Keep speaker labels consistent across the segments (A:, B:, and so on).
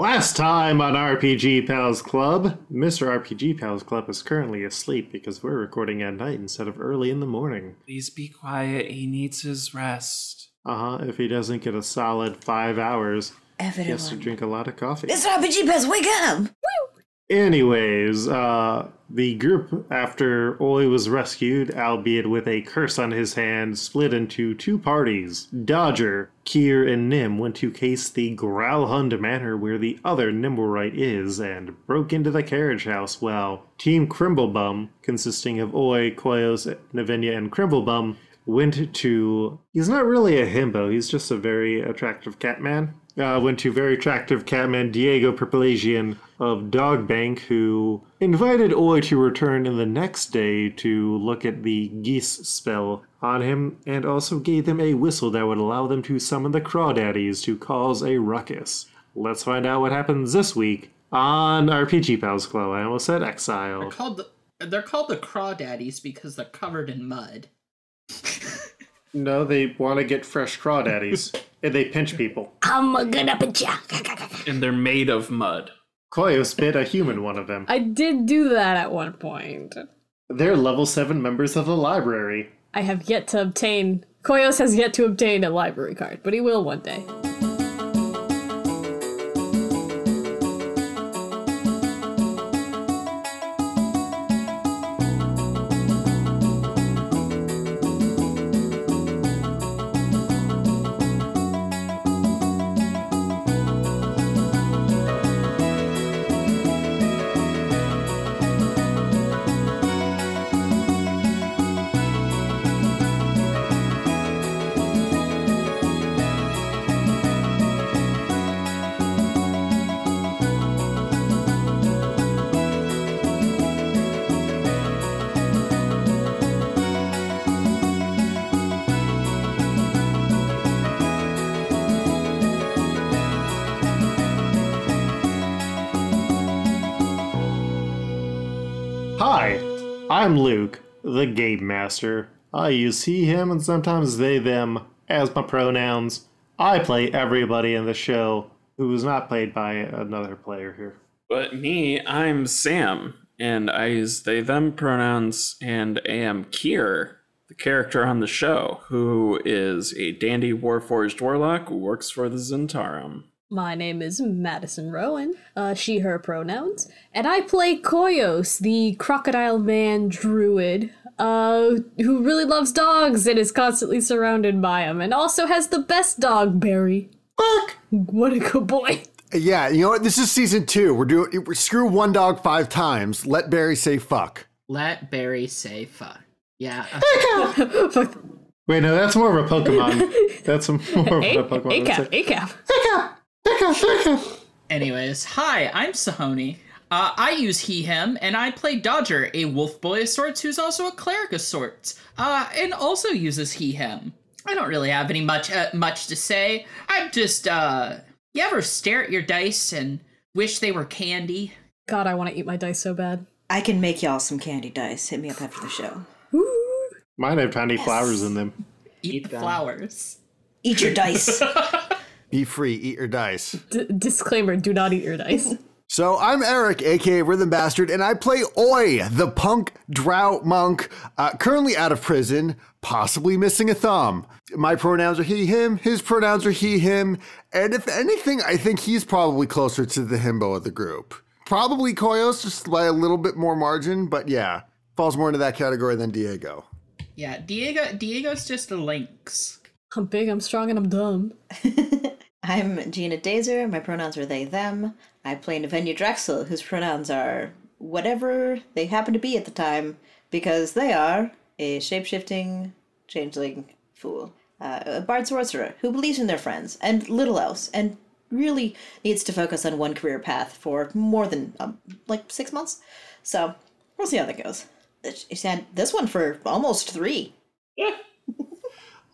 A: Last time on RPG Pals Club, Mr. RPG Pals Club is currently asleep because we're recording at night instead of early in the morning.
B: Please be quiet. He needs his rest.
A: Uh huh, if he doesn't get a solid five hours, he has to
C: Everyone.
A: drink a lot of coffee.
C: Mr. RPG Pez, wake up!
A: Anyways, uh, the group, after Oi was rescued, albeit with a curse on his hand, split into two parties. Dodger, Kier, and Nim went to case the Growlhund Manor where the other Nimblerite is and broke into the carriage house while Team Crimblebum, consisting of Oi, Koyos, Navinia, and Crimblebum, went to he's not really a himbo he's just a very attractive catman uh, went to very attractive catman diego perpelagian of dogbank who invited oi to return in the next day to look at the geese spell on him and also gave them a whistle that would allow them to summon the crawdaddies to cause a ruckus let's find out what happens this week on rpg pals club i almost said exile
D: They're called the, they're called the crawdaddies because they're covered in mud.
A: no they want to get fresh crawdaddies and they pinch people
C: I'm a good up at ya.
B: And they're made of mud.
A: Koyos bit a human one of them.
E: I did do that at one point.
A: They're level 7 members of the library.
E: I have yet to obtain. Koyos has yet to obtain a library card, but he will one day.
A: Hi, I'm Luke, the game master. I use he, him, and sometimes they, them as my pronouns. I play everybody in the show who is not played by another player here.
B: But me, I'm Sam, and I use they them pronouns, and I am Kier, the character on the show, who is a dandy warforged warlock who works for the Zentarum.
E: My name is Madison Rowan, uh, she, her pronouns, and I play Koyos, the crocodile man druid, uh, who really loves dogs and is constantly surrounded by them, and also has the best dog, Barry. Fuck! What a good boy.
F: Yeah, you know what? This is season two. We're doing we screw one dog five times. Let Barry say fuck.
D: Let Barry say fuck. Yeah. uh,
E: Fuck.
A: Wait, no, that's more of a Pokemon. that's more of
E: A-
A: a Pokemon.
E: ACAP, ACAP.
D: Anyways, hi, I'm Sahoni. Uh, I use he, him, and I play Dodger, a wolf boy of sorts who's also a cleric of sorts, uh, and also uses he, him. I don't really have any much uh, much to say. I'm just, uh, you ever stare at your dice and wish they were candy?
E: God, I want to eat my dice so bad.
C: I can make y'all some candy dice. Hit me up after the show.
E: Ooh.
A: Mine have tiny flowers in them.
D: Eat, the flowers.
C: Eat your dice.
F: Be free, eat your dice.
E: D- disclaimer do not eat your dice.
F: So I'm Eric, aka Rhythm Bastard, and I play Oi, the punk drought monk, uh, currently out of prison, possibly missing a thumb. My pronouns are he, him. His pronouns are he, him. And if anything, I think he's probably closer to the himbo of the group. Probably Koyos, just by a little bit more margin, but yeah, falls more into that category than Diego.
D: Yeah, Diego. Diego's just a lynx.
E: I'm big, I'm strong, and I'm dumb.
C: I'm Gina Dazer. My pronouns are they, them. I play Navenia Drexel, whose pronouns are whatever they happen to be at the time, because they are a shapeshifting, changeling fool, uh, a bard sorcerer who believes in their friends and little else, and really needs to focus on one career path for more than um, like six months. So we'll see how that goes. She's had this one for almost three.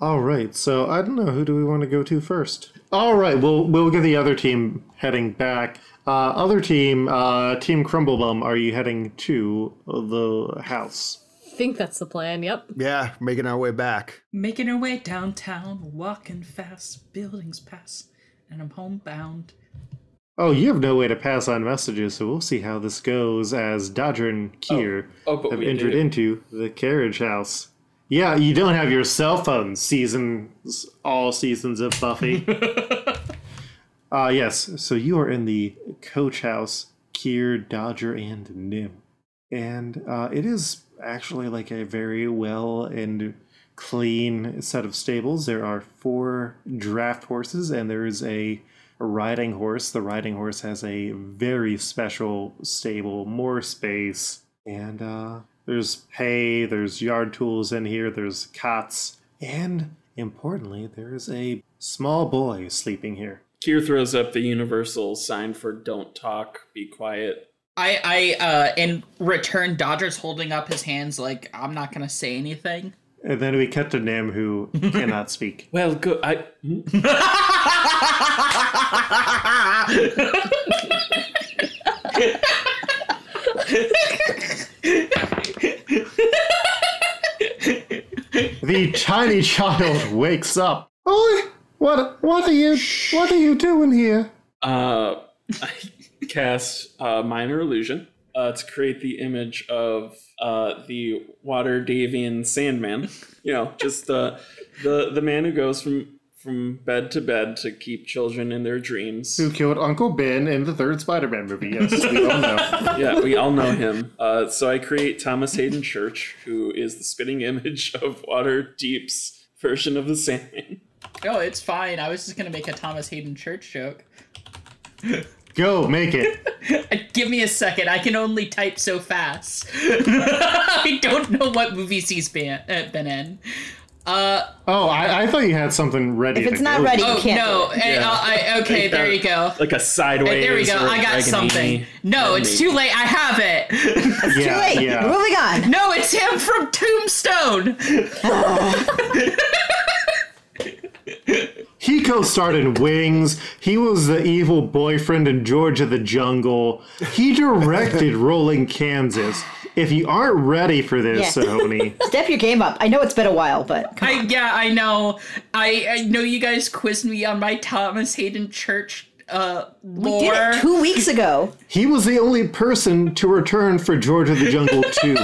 A: All right, so I don't know who do we want to go to first. All right, we'll we'll get the other team heading back. Uh, other team, uh, Team Crumblebum, are you heading to the house?
E: Think that's the plan, yep.
F: Yeah, making our way back.
D: Making her way downtown, walking fast, buildings pass, and I'm homebound.
A: Oh, you have no way to pass on messages, so we'll see how this goes as Dodger and Kier
B: Oh, but
A: have
B: we
A: entered
B: do.
A: into the carriage house. Yeah, you don't have your cell phone seasons, all seasons of Buffy. uh, yes, so you are in the coach house, Kier, Dodger, and Nim. And uh, it is actually like a very well and clean set of stables. There are four draft horses, and there is a riding horse. The riding horse has a very special stable, more space, and uh, there's hay, there's yard tools in here, there's cots, and importantly, there is a small boy sleeping here.
B: Kier throws up the universal sign for don't talk, be quiet.
D: I, I, uh, in return, Dodger's holding up his hands like, I'm not gonna say anything.
A: And then we cut to Nim, who cannot speak.
B: Well, good. I.
A: The tiny child wakes up. Oh, what? What are you? What are you doing here?
B: Uh, I cast uh, minor illusion uh, to create the image of uh, the water Davian Sandman. You know, just the the the man who goes from from bed to bed to keep children in their dreams.
A: Who killed Uncle Ben in the third Spider-Man movie? Yes, we all know.
B: yeah, we all know him. Uh, so I create Thomas Hayden Church, who is the spitting image of Water Deep's version of the Sandman.
D: No, it's fine. I was just gonna make a Thomas Hayden Church joke. "Uh,
A: Go make it.
D: Give me a second. I can only type so fast. I don't know what movies he's been, uh, been in. Uh,
A: Oh, I, I thought you had something ready.
C: If it's
A: to
C: not
A: go.
C: ready,
D: oh,
C: you can't.
D: no.
C: do it.
D: eh, uh, I, okay, there you go.
B: Like a sideways.
D: Eh, there we go.
B: or a
D: I got
B: Dragonini.
D: something. No, it's too late. I have it.
A: yeah,
C: Too late.
A: yeah.
C: Moving on.
D: No, it's him from Tombstone.
A: He co-starred in Wings. He was the evil boyfriend in George of the Jungle. He directed Rolling Kansas. If you aren't ready for this,
C: Yeah.
A: Sahoni,
C: Step your game up. I know it's been a while, but come
D: I, yeah, I know. I, I know you guys quizzed me on my Thomas Hayden Church uh,
C: on.
D: lore.
C: did it two weeks ago.
A: he was the only person to return for George of the Jungle 2.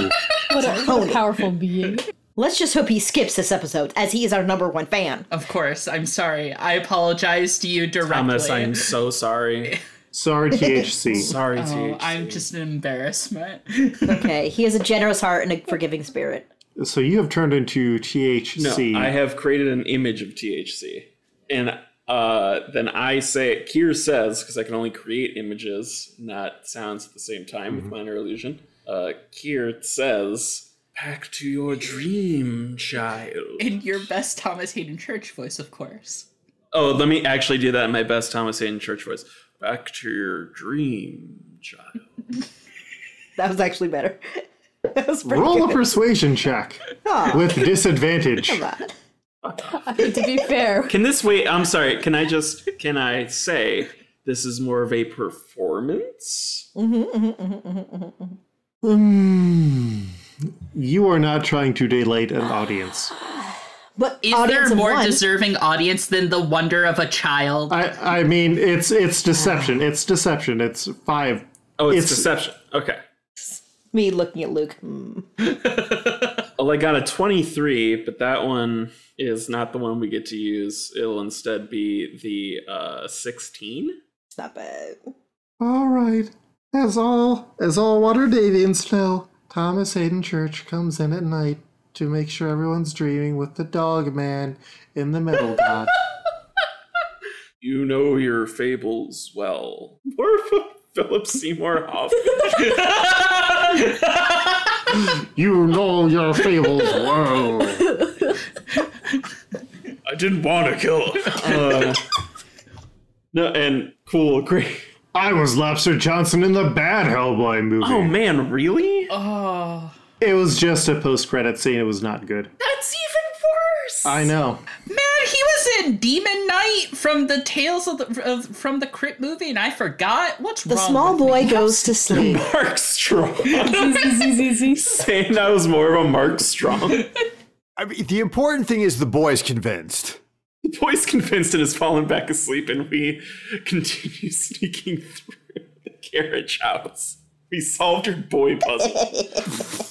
E: What a, what a powerful being.
C: Let's just hope he skips this episode, as he is our number one fan.
D: Of course, I'm sorry. I apologize to you directly.
B: Thomas, I am so sorry.
A: Sorry, THC.
B: Sorry,
D: Oh,
B: THC.
D: I'm just an embarrassment.
C: Okay, he has a generous heart and a forgiving spirit.
A: So you have turned into
B: No,
A: THC.
B: I have created an image of THC, and uh, then I say Kier says because I can only create images, not sounds at the same time with minor illusion. Uh, Kier says, "Back to your dream, child."
D: In your best Thomas Hayden Church voice, of course.
B: Oh, let me actually do that in my best Thomas Hayden Church voice. Back to your dream, child.
C: That was actually better. That was pretty
A: Roll a
C: good.
A: persuasion check
C: Aw,
A: with disadvantage.
C: come on.
E: I mean, to be fair,
B: Can this wait? I'm sorry. Can I just? Can I say this is more of a performance?
A: Hmm. You are not trying to delight an audience.
C: But
D: Is
C: audience
D: there a
C: of
D: more
C: one,
D: deserving audience than the wonder of a child?
A: I I mean it's it's deception. It's deception. It's five.
B: Oh, it's
A: It's-
B: deception. Okay.
C: me looking at Luke. hmm.
B: Well, I got a 23, but that one is not the one we get to use. It'll instead be the uh, 16.
C: It's not bad.
A: All right. As all as all water Davians know, Thomas Hayden Church comes in at night to make sure everyone's dreaming with the dog man in the middle god.
B: You know your fables well. Or Philip Seymour Hoffman.
A: You know your fables well.
B: I didn't want to kill him. Uh, no, and cool, great.
A: I was Lobster Johnson in the bad Hellboy movie.
B: Oh man, really?
D: oh,
A: It was just a post credit scene, it was not good.
D: that's even worse.
B: Uh,
A: I know.
D: Man, he was in Demon Knight from the Tales of the of, from the Crypt movie, and I forgot. What's
C: The
D: wrong
C: small
D: with me?
C: boy goes to sleep.
B: Mark Strong.
E: Zzzz.
B: Saying I was more of a Mark Strong.
F: I mean, the important thing is the boy's convinced.
B: The boy's convinced and has fallen back asleep, and we continue sneaking through the carriage house. We solved your boy puzzle.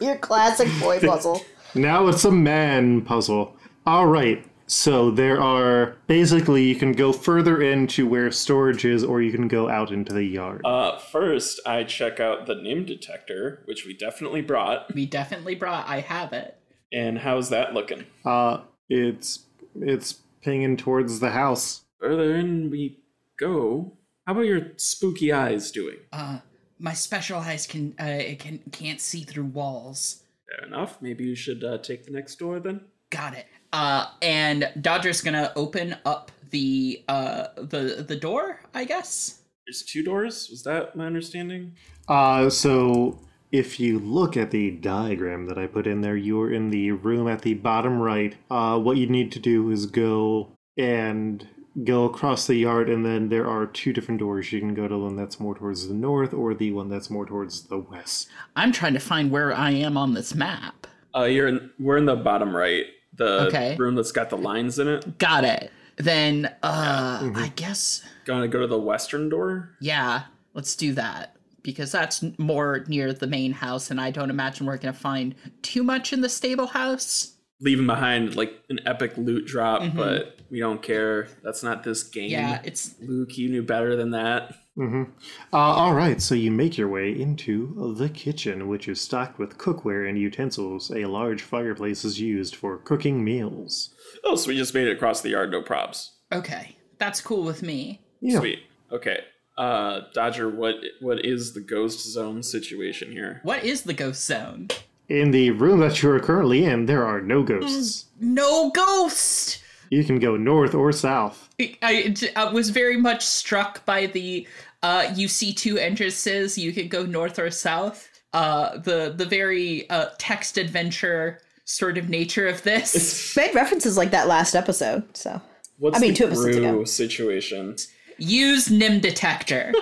C: Your classic boy puzzle.
A: Now it's a man puzzle. All right. So there are basically you can go further into where storage is, or you can go out into the yard.
B: uh, first, I check out the NIM detector, which we definitely brought.
D: We definitely brought. I have it.
B: And how's that looking?
A: Uh, it's it's pinging towards the house.
B: Further in we go. How about your spooky eyes doing?
D: Uh, my special eyes can uh, it can can't see through walls.
B: Fair enough. Maybe you should uh, take the next door then.
D: Got it. Uh, and Dodger's gonna open up the uh the the door. I guess.
B: There's two doors. Was that my understanding?
A: Uh, so if you look at the diagram that I put in there, you're in the room at the bottom right. Uh, what you need to do is go and go across the yard, and then there are two different doors. You can go to the one that's more towards the north, or the one that's more towards the west.
D: I'm trying to find where I am on this map.
B: Uh, you're in. We're in the bottom right. The
D: Okay.
B: room that's got the lines in it.
D: Got it. Then uh, I guess
B: Gonna go to the western door.
D: yeah. Let's do that because that's n- more near the main house, and I don't imagine we're gonna find too much in the stable house.
B: Leaving behind like an epic loot drop,
C: Mm-hmm.
B: but we don't care. That's not this game.
D: Yeah, it's
B: Luke, you knew better than that.
A: Mm-hmm. Uh, all right, so you make your way into the kitchen, which is stocked with cookware and utensils. A large fireplace is used for cooking meals.
B: Oh, so we just made it across the yard. No props.
D: okay. That's cool with me.
A: Yeah.
B: Sweet. Okay. Uh, Dodger, what what is the ghost zone situation here?
D: What is the ghost zone?
A: In the room that you are currently in, there are no ghosts.
D: No ghost.
A: You can go north or south.
D: I, I was very much struck by the uh, you see two entrances. You can go north or south. Uh, the the very uh, text adventure sort of nature of this.
C: Made references like that last episode, so.
B: What's
C: I mean,
B: the
C: two episodes
B: brew
C: ago.
B: situation?
D: Use Nim detector.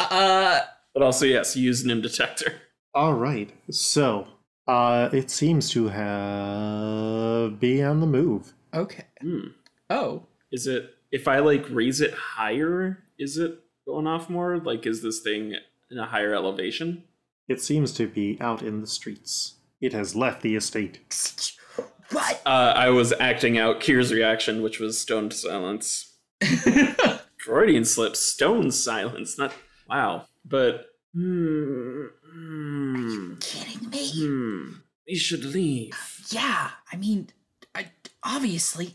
D: uh,
B: But also, yes, use Nim detector.
A: All right, so uh, it seems to have be on the move.
D: okay.
B: Hmm.
D: Oh,
B: Is it if I like raise it higher? Is it going off more? Like, is this thing in a higher elevation?
A: It seems to be out in the streets. It has left the estate.
D: what?
B: Uh, I was acting out Kier's reaction, which was stoned silence. Freudian slip, stone silence. Not wow, but hmm, hmm,
D: Kidding me?
B: hmm. We should leave.
D: Yeah. I mean, I, obviously.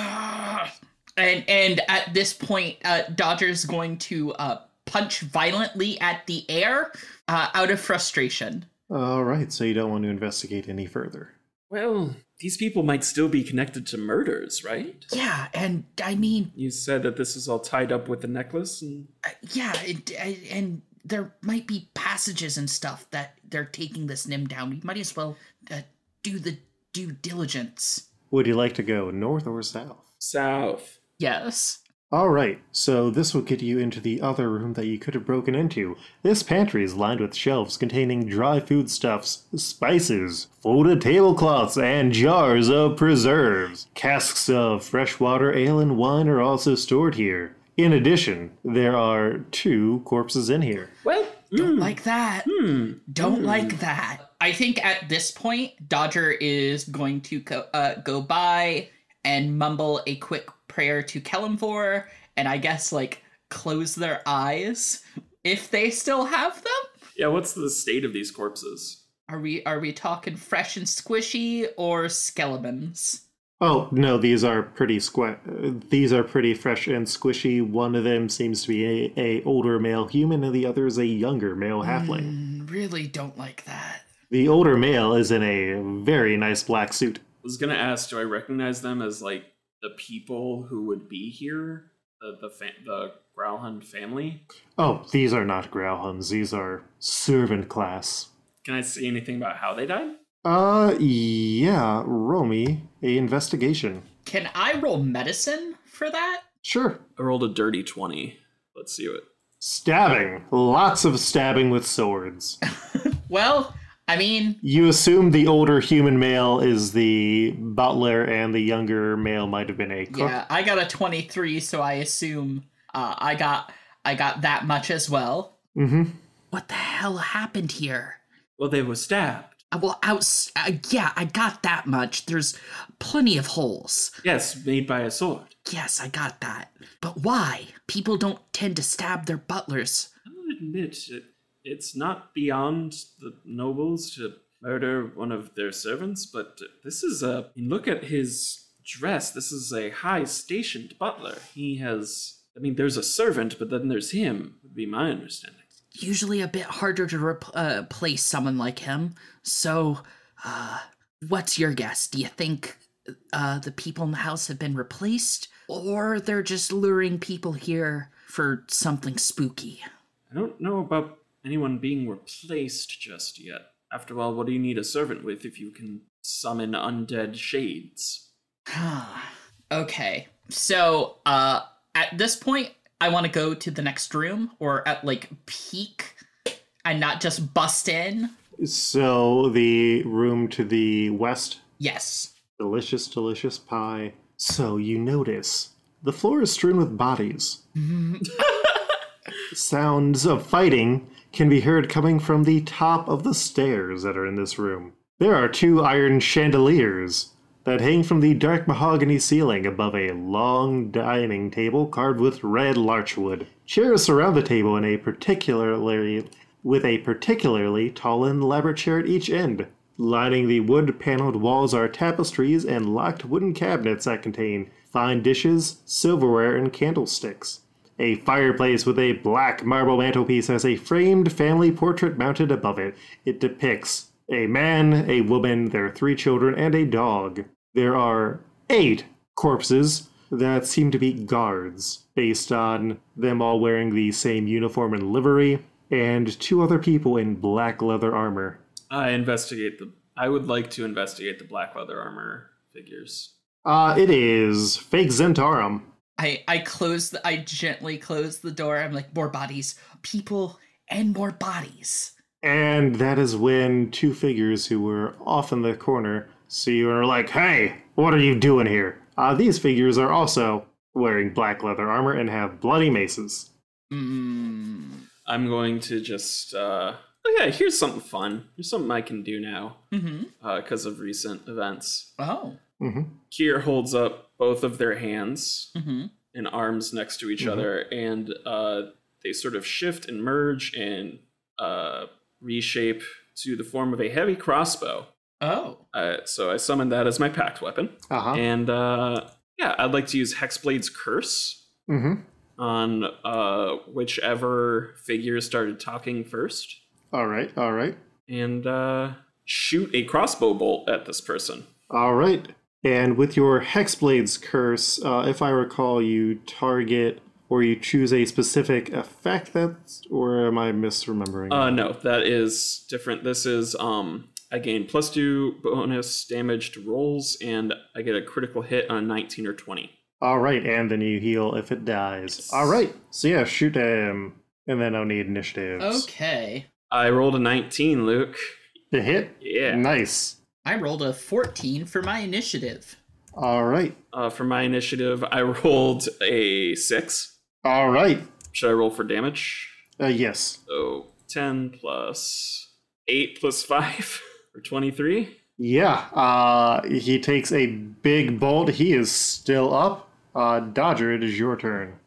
D: Ugh. And and at this point, uh, Dodger's going to uh, punch violently at the air uh, out of frustration.
A: All right, so you don't want to investigate any further.
B: Well, these people might still be connected to murders, right?
D: Yeah, and I mean,
B: You said that this is all tied up with the necklace, and
D: uh, yeah, it, I, and there might be passages and stuff that they're taking this Nim down. We might as well uh, do the due diligence.
A: Would you like to go north or south?
B: south.
D: Yes.
A: All right, so this will get you into the other room that you could have broken into. This pantry is lined with shelves containing dry foodstuffs, spices, folded tablecloths, and jars of preserves. Casks of freshwater ale and wine are also stored here. In addition, there are two corpses in here.
B: Well,
D: Don't
B: mm,
D: like that.
B: hmm.
D: Don't like that. I think at this point, Dodger is going to go, uh, go by and mumble a quick prayer to Kellamvor, and I guess like close their eyes if they still have them.
B: Yeah, what's the state of these corpses?
D: Are we are we talking fresh and squishy or skeletons?
A: Oh no, these are pretty squ- uh, These are pretty fresh and squishy. One of them seems to be a, a older male human, and the other is a younger male halfling.
D: Mm, Really don't like that.
A: The older male is in a very nice black suit.
B: I was gonna ask, do I recognize them as like the people who would be here, the the fa- the Growlhund family?
A: Oh, these are not Growlhuns. These are servant class.
B: Can I see anything about how they died?
A: Uh, yeah, roll me a investigation.
D: Can I roll medicine for that?
A: Sure.
B: I rolled a dirty twenty. Let's see what.
A: Stabbing. Lots of stabbing with swords.
D: Well, I mean,
A: You assume the older human male is the butler and the younger male might have been a cook.
D: yeah, I got a 23, so I assume uh, I got I got that much as well.
A: hmm
D: What the hell happened here?
B: Well, they were stabbed.
D: Uh, Well, out. Uh, yeah, I got that much. There's plenty of holes.
B: Yes, made by a sword.
D: Yes, I got that. But why? People don't tend to stab their butlers.
B: I'll admit, it, it's not beyond the nobles to murder one of their servants, but this is a. Look at his dress. This is a high stationed butler. He has. I mean, there's a servant, but then there's him, would be my understanding.
D: Usually a bit harder to rep- uh, place someone like him. So, uh, what's your guess? Do you think uh, the people in the house have been replaced? Or they're just luring people here for something spooky?
B: I don't know about anyone being replaced just yet. After all, what do you need a servant with if you can summon undead shades?
D: okay. So, uh at this point, I want to go to the next room or at like peak and not just bust in.
A: So the room to the west,
D: Yes.
A: delicious, delicious pie. So you notice the floor is strewn with bodies. Sounds of fighting can be heard coming from the top of the stairs that are in this room. There are two iron chandeliers that hang from the dark mahogany ceiling above a long dining table carved with red larchwood. Chairs surround the table in a particularly with a particularly tall and elaborate chair at each end. Lining the wood paneled walls are tapestries and locked wooden cabinets that contain fine dishes, silverware, and candlesticks. A fireplace with a black marble mantelpiece has a framed family portrait mounted above it. It depicts a man, a woman, their three children, and a dog. There are eight corpses that seem to be guards, based on them all wearing the same uniform and livery, and two other people in black leather armor.
B: I investigate the. I would like to investigate the black leather armor figures.
A: Uh, it is fake Zentarum.
D: I I close the I gently close the door. I'm like more bodies, people and more bodies.
A: And that is when two figures who were off in the corner see you and are like, hey, what are you doing here? Uh, these figures are also wearing black leather armor and have bloody maces.
D: Mm.
B: I'm going to just. Uh, oh yeah, here's something fun. Here's something I can do now
D: Mm-hmm.
B: because of recent events.
D: Oh.
A: hmm
B: Kier holds up both of their hands
D: Mm-hmm.
B: and arms next to each
A: Mhm.
B: other, and uh, they sort of shift and merge and uh, reshape to the form of a heavy crossbow.
D: Oh.
B: Uh, so I summon that as my packed weapon,
A: Uh huh.
B: and uh, yeah, I'd like to use Hexblade's Curse
A: hmm
B: on uh, whichever figure started talking first,
A: All right. All right.
B: and uh, shoot a crossbow bolt at this person.
A: All right. And with your Hexblade's curse, uh, if I recall, you target or you choose a specific effect that's. Or am I misremembering?
B: Uh, no, that is different. This is um, I gain plus two bonus damage to rolls, and I get a critical hit on nineteen or twenty.
A: All right. And then you heal if it dies. All right. So yeah, shoot him. And then I'll need initiatives.
D: Okay.
B: I rolled a nineteen, Luke.
A: To hit?
B: Yeah.
A: Nice.
D: I rolled a 14 for my initiative.
A: All right.
B: Uh, for my initiative, I rolled a six.
A: All right.
B: Should I roll for damage?
A: Uh, yes.
B: So ten plus eight plus five or twenty-three.
A: Yeah. Uh, he takes a big bolt. He is still up. Uh, Dodger, it is your turn.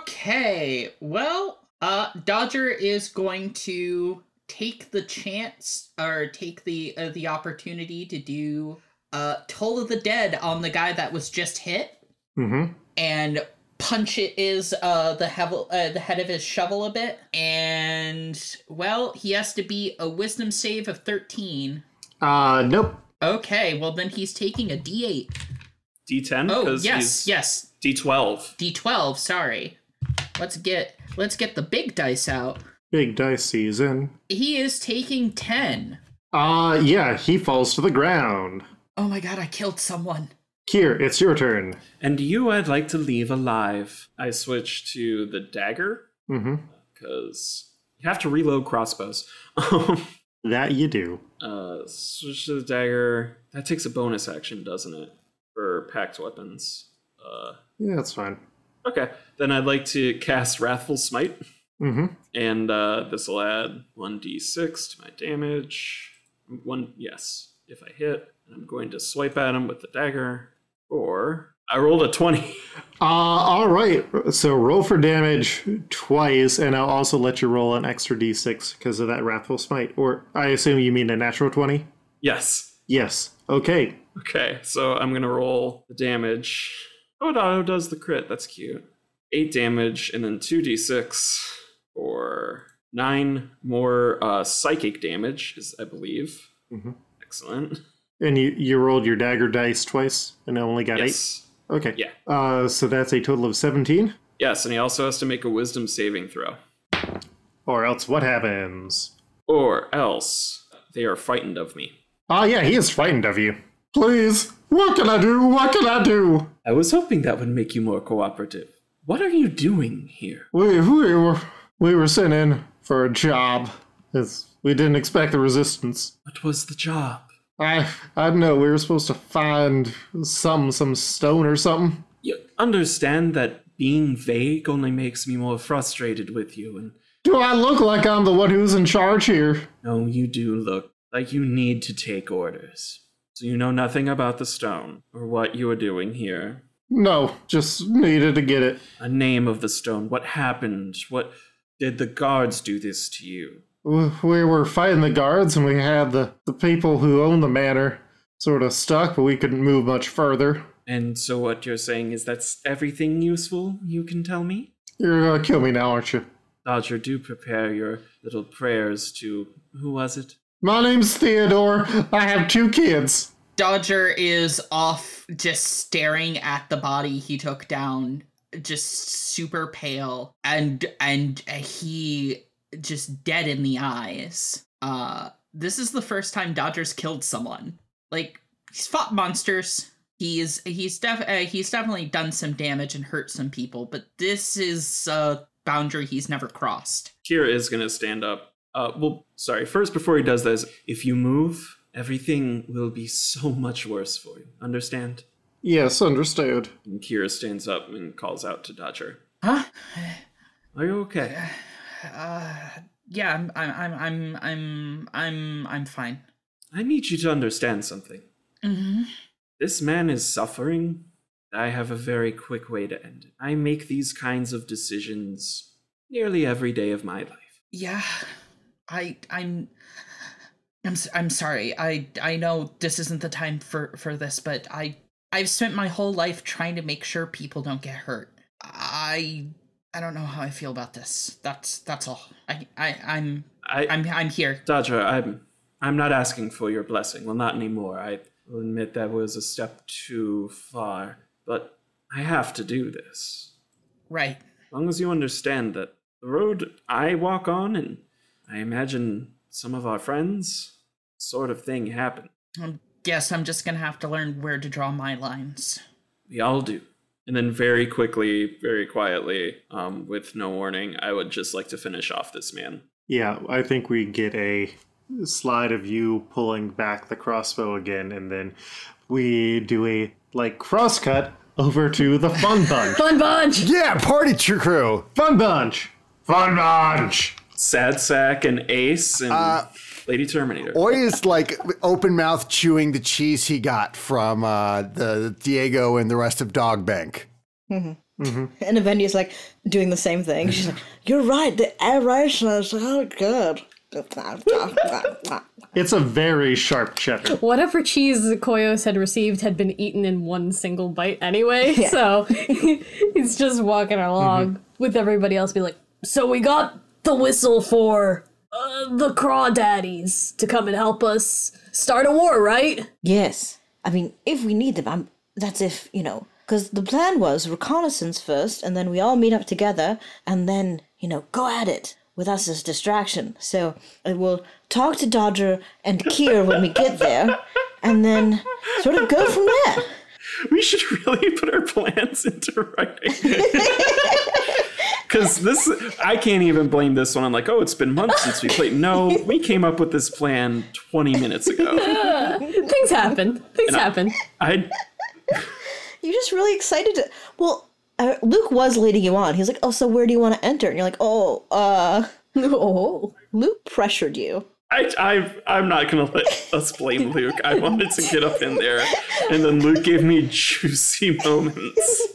D: Okay. Well, uh Dodger is going to take the chance or take the uh, the opportunity to do uh Toll of the Dead on the guy that was just hit
A: Mm-hmm.
D: and punch it is uh the hevel, uh, the head of his shovel a bit and well, he has to be a wisdom save of 13.
A: Uh, nope.
D: Okay, well then he's taking a d8.
B: D10
D: Oh,
B: because
D: yes,
B: he's
D: yes.
B: D12.
D: D12, sorry. Let's get let's get the big dice out.
A: Big dice season.
D: He is taking 10.
A: Uh, yeah, he falls to the ground.
D: Oh my god, I killed someone.
A: Here, it's your turn.
B: And you, I'd like to leave alive. I switch to the dagger
A: Mm-hmm.
B: because you have to reload crossbows.
A: That you do.
B: Uh, switch to the dagger. That takes a bonus action, doesn't it? For packed weapons. Uh,
A: Yeah, that's fine.
B: okay. Then I'd like to cast Wrathful Smite.
A: Mm-hmm.
B: And uh, this will add 1d6 to my damage. One, yes, if I hit. And I'm going to swipe at him with the dagger. Or I rolled a 20.
A: Uh, all right. So roll for damage twice, and I'll also let you roll an extra d6 because of that wrathful smite. Or I assume you mean a natural twenty.
B: yes.
A: Yes. Okay.
B: Okay, so I'm going to roll the damage. Oh, it auto does the crit. That's cute. 8 damage, and then 2d6 or 9 more uh, psychic damage, is I believe.
A: Mhm.
B: Excellent.
A: And you you rolled your dagger dice twice, and only got
B: yes.
A: eight. Okay.
B: Yeah.
A: Uh, so that's a total of seventeen.
B: Yes, and he also has to make a wisdom saving throw.
A: Or else what happens?
B: or else they are frightened of me.
A: Oh yeah, he is frightened of you. Please, what can I do? What can I do?
B: I was hoping that would make you more cooperative. What are you doing here?
A: We we were we were sent in for a job. It's, we didn't expect the resistance.
B: What was the job?
A: I I don't know. We were supposed to find some some stone or something.
B: You understand that being vague only makes me more frustrated with you, and
A: Do I look like I'm the one who's in charge here?
B: no, you do look like you need to take orders. So you know nothing about the stone, or what you are doing here,
A: No, just needed to get it.
B: a name of the stone, what happened, what did the guards do this to you?
A: We we were fighting the guards, and we had the the people who own the manor sort of stuck, but we couldn't move much further.
B: And so what you're saying is that's everything useful you can tell me?
A: You're gonna kill me now, aren't you?
B: Dodger, do prepare your little prayers to who was it?
A: My name's Theodore. I have two kids.
D: Dodger is off just staring at the body he took down, just super pale and and he just dead in the eyes. Uh this is the first time Dodger's killed someone. Like he's fought monsters. He's he's def- uh, he's definitely done some damage and hurt some people, but this is a boundary he's never crossed.
B: Kira is going to stand up. Uh, well, sorry. First, before he does this, if you move, everything will be so much worse for you. Understand?
A: Yes, understood.
B: And Kira stands up and calls out to Dodger.
D: Huh?
B: Are you okay?
D: Uh, yeah, I'm I'm I'm I'm I'm I'm I'm fine.
B: I need you to understand something.
D: Mm-hmm.
B: This man is suffering. I have a very quick way to end it. I make these kinds of decisions nearly every day of my life.
D: Yeah, I I'm I'm s- I'm sorry. I I know this isn't the time for for this, but I I've spent my whole life trying to make sure people don't get hurt. I I don't know how I feel about this. That's that's all. I I I'm
B: I,
D: I'm I'm here.
B: Dodger, I'm I'm not asking for your blessing. Well, not anymore. I will admit that was a step too far, but I have to do this.
D: Right.
B: As long as you understand that the road I walk on, and I imagine some of our friends, sort of thing happen.
D: Um, guess I'm just gonna have to learn where to draw my lines.
B: We all do. And then, very quickly, very quietly, um, with no warning, I would just like to finish off this man.
A: Yeah, I think we get a slide of you pulling back the crossbow again, and then we do a like crosscut over to the fun bunch.
E: Fun bunch!
F: Yeah, party tr- crew.
A: fun bunch. Fun bunch.
B: Sad Sack and Ace and Lady Terminator.
F: Boy is like open mouth chewing the cheese he got from uh, the Diego and the rest of Dog Bank.
C: And Avenya's like doing the same thing. She's like, You're right, the aeration is so good.
A: It's a very sharp cheddar.
E: Whatever cheese Koyos had received had been eaten in one single bite anyway, so he's just walking along with everybody else. Be like, so we got the whistle for uh, the crawdaddies to come and help us start a war, right?
C: Yes. I mean, if we need them, I'm, that's if, you know, because the plan was reconnaissance first, and then we all meet up together, and then, you know, go at it with us as distraction. So I will talk to Dodger and Kier when we get there, and then sort of go from there.
B: We should really put our plans into writing. Because this, I can't even blame this one. I'm like, oh, it's been months since we played. No, we came up with this plan 20 minutes ago.
E: Things happen. Things happen.
B: I
C: You're just really excited to. Well, uh, Luke was leading you on. He's like, "Oh, so where do you want to enter?" And you're like, "Oh, uh."
E: Oh.
C: Luke pressured you.
B: I, I, I'm not gonna let us blame Luke. I wanted to get up in there, and then Luke gave me juicy moments.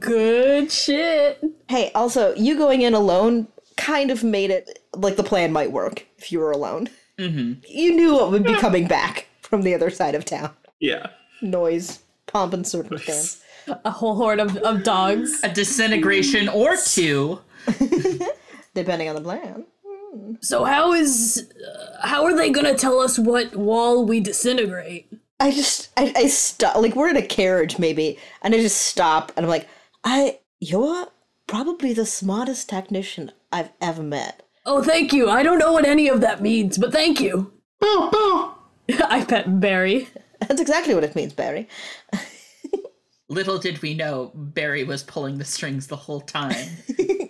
E: Good shit.
C: Hey, also, you going in alone kind of made it like the plan might work if you were alone. Mm-hmm. You knew what would be coming back from the other side of town.
B: Yeah,
C: Noise, pomp, and circumstance.
E: A whole horde of, of dogs.
D: A disintegration or two.
C: Depending on the plan.
E: So how is uh, how are they gonna tell us what wall we disintegrate?
C: I just, I, I stop. Like, we're in a carriage, maybe, and I just stop and I'm like, I, you're probably the smartest technician I've ever met.
E: Oh, thank you. I don't know what any of that means, but thank you. I pet Barry.
C: That's exactly what it means, Barry.
D: Little did we know Barry was pulling the strings the whole time.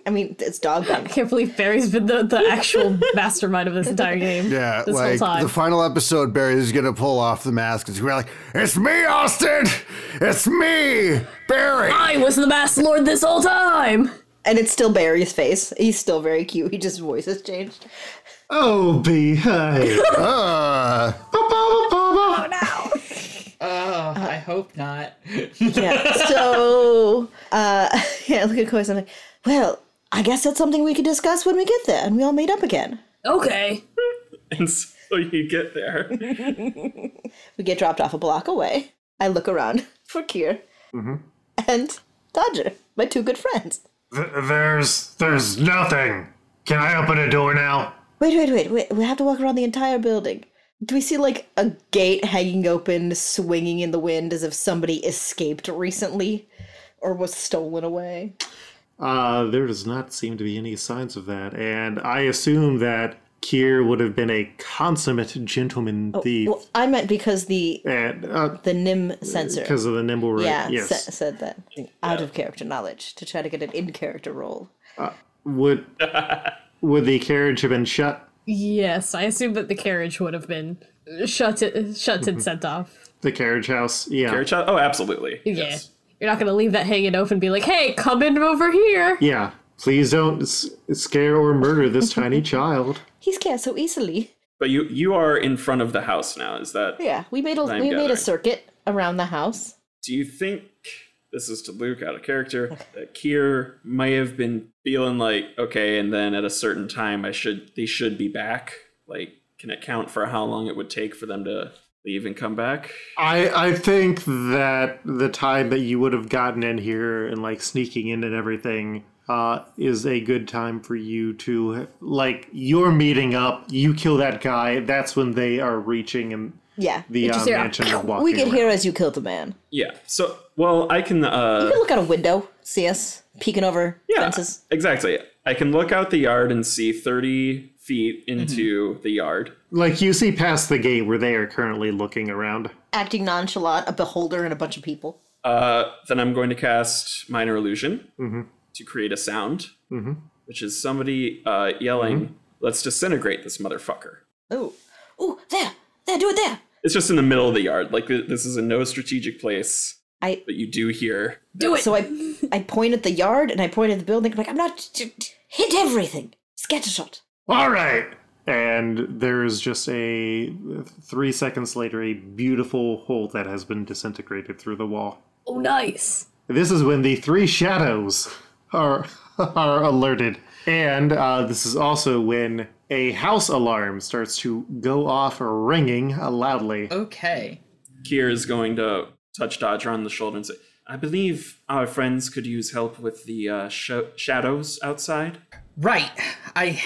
C: I mean, it's dog bang.
E: I can't believe Barry's been the, the actual mastermind of this entire game.
F: Yeah,
E: this
F: like
E: whole time.
F: the final episode, Barry is gonna pull off the mask. It's gonna be like, "It's me, Austin. It's me, Barry."
E: I was the master lord this whole time.
C: And it's still Barry's face. He's still very cute. He just voice has changed.
A: Oh, behave.
F: Uh,
D: Oh, I hope not.
C: Yeah. So, uh, yeah, look at Koi. I'm like, well, I guess that's something we could discuss when we get there, and we all meet up again.
E: Okay.
B: and so you get there.
C: We get dropped off a block away. I look around for Kier and Dodger, my two good friends.
A: Th- there's there's nothing. Can I open a door now?
C: Wait, wait, wait, wait. We have to walk around the entire building. Do we see like a gate hanging open, swinging in the wind as if somebody escaped recently or was stolen away?
A: Uh, there does not seem to be any signs of that, and I assume that Kier would have been a consummate gentleman thief,
C: Oh, Well, I meant because the
A: and uh,
C: the Nim sensor.
A: because of the nimble right.
C: Yeah,
A: yes,
C: sa- said that out of character knowledge to try to get an in character role.
A: would would the carriage have been shut?
E: Yes, I assume that the carriage would have been shut shut and sent off.
A: The carriage house, yeah,
B: Carriage house? Oh, absolutely. Yes.
E: Yeah. You're not gonna leave that hanging open and be like, hey, come in over here.
A: yeah. Please don't s- scare or murder this tiny child.
C: He scared so easily.
B: But you you are in front of the house now. Is that?
C: Yeah, we made a
B: I'm
C: we made a
B: gathering.
C: circuit around the house.
B: Do you think this is to Luke out of character that Kier may have been feeling like okay, and then at a certain time, I should they should be back. Like, can it count for how long it would take for them to leave and come back?
A: I I think that the time that you would have gotten in here and like sneaking in and everything uh, is a good time for you to like you're meeting up. You kill that guy. That's when they are reaching and
C: Yeah,
A: the
C: It
A: uh,
C: just hear a
A: mansion is walking.
C: we could
A: around.
C: hear as you killed the man.
B: Yeah. So, well, I can. uh
C: You can look out a window, see us peeking over
B: yeah,
C: fences.
B: Exactly. I can look out the yard and see thirty feet into
C: Mm-hmm.
B: the yard.
A: like you see past the gate where they are currently looking around.
C: acting nonchalant, a beholder, and a bunch of people.
B: Uh, then I'm going to cast Minor Illusion to create a sound, which is somebody uh, yelling, Let's disintegrate this motherfucker.
C: Oh, oh, there, there, do it there.
B: It's just in the middle of the yard. Like, th- this is a no strategic place,
C: I
B: but you do hear.
E: Do it.
C: so I I point at the yard and I point at the building. I'm like, I'm not t- t- hit everything. Scatter shot.
A: All right. And there's just a three seconds later a beautiful hole that has been disintegrated through the wall.
E: oh, nice.
A: This is when the three shadows are are alerted, and uh, this is also when a house alarm starts to go off ringing loudly.
D: Okay.
B: Kier is going to touch Dodger on the shoulder and say, I believe our friends could use help with the uh, sh- shadows outside.
D: Right. I.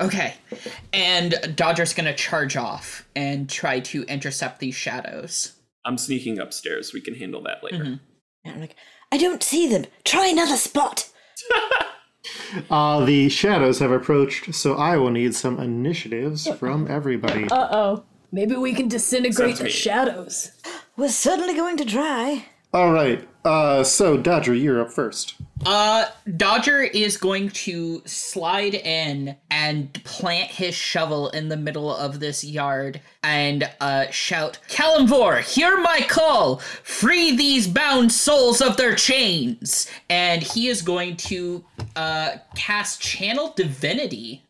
D: Okay. And Dodger's gonna charge off and try to intercept these shadows.
B: I'm sneaking upstairs. We can handle that later.
C: And I'm like, I don't see them. Try another spot.
A: Uh, the shadows have approached, so I will need some initiatives from everybody.
E: Uh oh. Maybe we can disintegrate
B: Sounds
E: the
B: mean.
E: shadows.
C: We're certainly going to try.
A: All right. Uh, so, Dodger, you're up first.
D: Uh, Dodger is going to slide in and plant his shovel in the middle of this yard and uh, shout, Kalimvor, hear my call! Free these bound souls of their chains! And he is going to uh, cast Channel Divinity.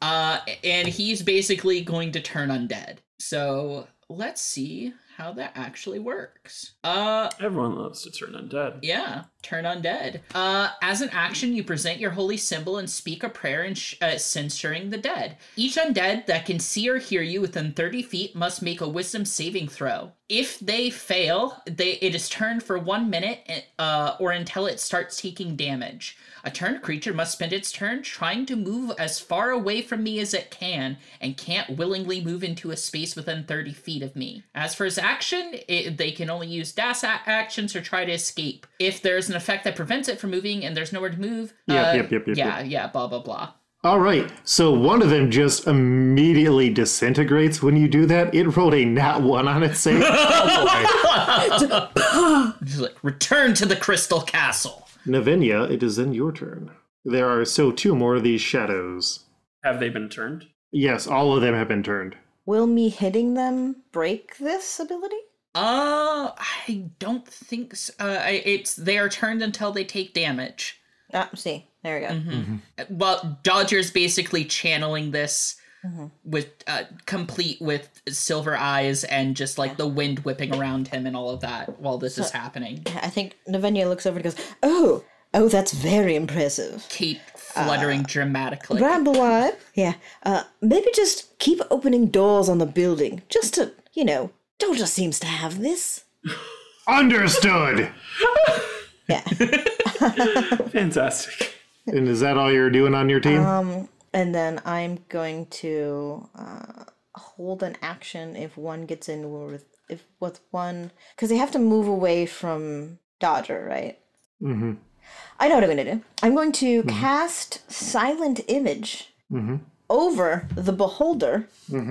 D: Uh, and he's basically going to turn undead. So let's see how that actually works. Uh,
B: Everyone loves to turn undead.
D: yeah, turn undead. Uh, as an action, you present your holy symbol and speak a prayer and sh- uh, censuring the dead. Each undead that can see or hear you within 30 feet must make a wisdom saving throw. If they fail, they it is turned for one minute uh, or until it starts taking damage. A turned creature must spend its turn trying to move as far away from me as it can and can't willingly move into a space within 30 feet of me. As for its action, it, they can only use dash a- actions or try to escape. If there's an effect that prevents it from moving and there's nowhere to move,
A: Yep,
D: uh,
A: yep, yep, yep,
D: yeah, yeah, blah, blah, blah.
A: All right. So, one of them just immediately disintegrates when you do that. It rolled a nat one on its save. oh,
D: Just like, return to the crystal castle.
A: boy. Navinia, it is then your turn. There are so two more of these shadows.
B: Have they been turned?
A: Yes, all of them have been turned.
C: Will me hitting them break this ability?
D: Uh, I don't think so. Uh, I- it's they are turned until they take damage.
C: Ah, see, there we go.
D: well dodger's basically channeling this with uh, complete with silver eyes and just like the wind whipping around him and all of that while this is happening
C: I think Navenia looks over and goes, "Oh, oh, that's very impressive."
D: cape fluttering dramatically
C: Bramblewipe. Yeah. Uh, maybe just keep opening doors on the building, just to, you know, Dodger seems to have this.
A: Understood!
C: Yeah.
B: Fantastic.
A: and is that all you're doing on your team?
C: and then I'm going to uh, hold an action if one gets in with if with one because they have to move away from Dodger, right?
A: mm-hmm.
C: I know what I'm going to do. I'm going to cast Silent Image
A: Mm-hmm.
C: over the beholder,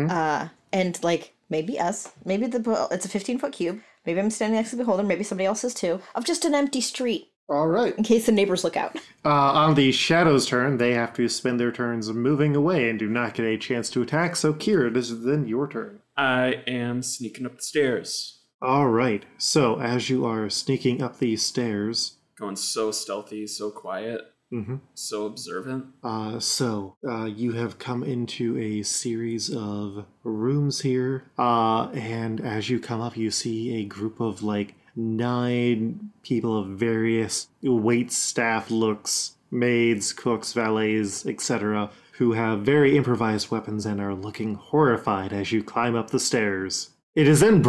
C: uh, and like maybe us, maybe the behol- it's a 15 foot cube. Maybe I'm standing next to the beholder. Maybe somebody else is too. Of just an empty street
A: All right.
C: in case the neighbors look out.
A: Uh, on the Shadow's turn, they have to spend their turns moving away and do not get a chance to attack, so Kira, this is then your turn.
B: I am sneaking up the stairs.
A: All right, so as you are sneaking up these stairs,
B: Going so stealthy, so quiet,
A: Mhm.
B: so observant.
A: uh, so uh, you have come into a series of rooms here, uh, and as you come up, you see a group of like nine people of various wait staff looks, maids, cooks, valets, etc., who have very improvised weapons and are looking horrified as you climb up the stairs. It is then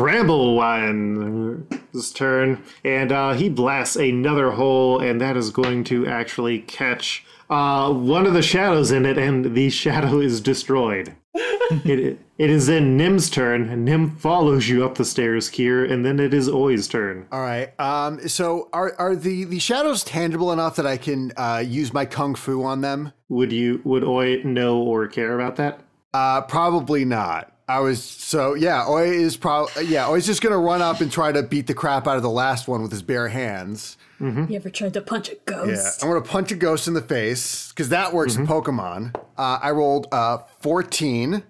A: Bramblewine's turn, and uh, he blasts another hole, and that is going to actually catch uh, one of the shadows in it, and the shadow is destroyed. it, it is then Nim's turn, and Nim follows you up the stairs, Kier, and then it is Oi's turn.
F: All right. Um, so are are the the shadows tangible enough that I can uh, use my kung fu on them?
A: Would you would Oi know or care about that?
F: Uh, probably not. I was so yeah. Oi is probably yeah. Oi's just gonna run up and try to beat the crap out of the last one with his bare hands.
E: You ever tried to punch a
F: Yeah,
E: ghost?
F: I'm gonna punch a ghost in the face because that works in Pokemon. Uh, I rolled uh, 14.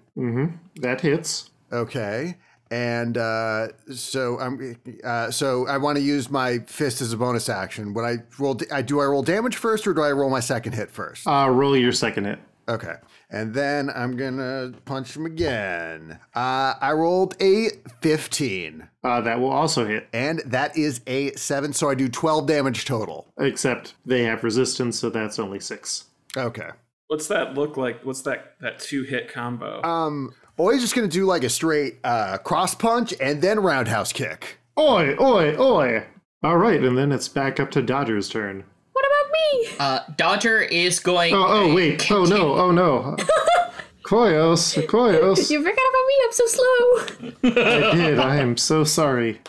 A: That hits.
F: Okay, and uh, so I'm uh, so I want to use my fist as a bonus action. When I roll, I do I roll damage first or do I roll my second hit first?
A: Uh, roll your second hit.
F: Okay, and then I'm gonna punch him again. Uh, I rolled a 15,
A: Uh, that will also hit,
F: and that is a seven, so I do 12 damage total.
A: except they have resistance, so that's only six.
F: Okay.
B: What's that look like? What's that that two hit combo?
F: Um, or he's just gonna do like a straight uh, cross punch and then roundhouse kick.
A: Oi, oi, oi! All right, and then it's back up to Dodger's turn.
E: What about me?
D: uh, dodger is going
A: Oh, oh, wait. Oh, no. Oh, no. Koyos. Koyos.
E: You forgot about me. I'm so slow.
A: I did. I am so sorry.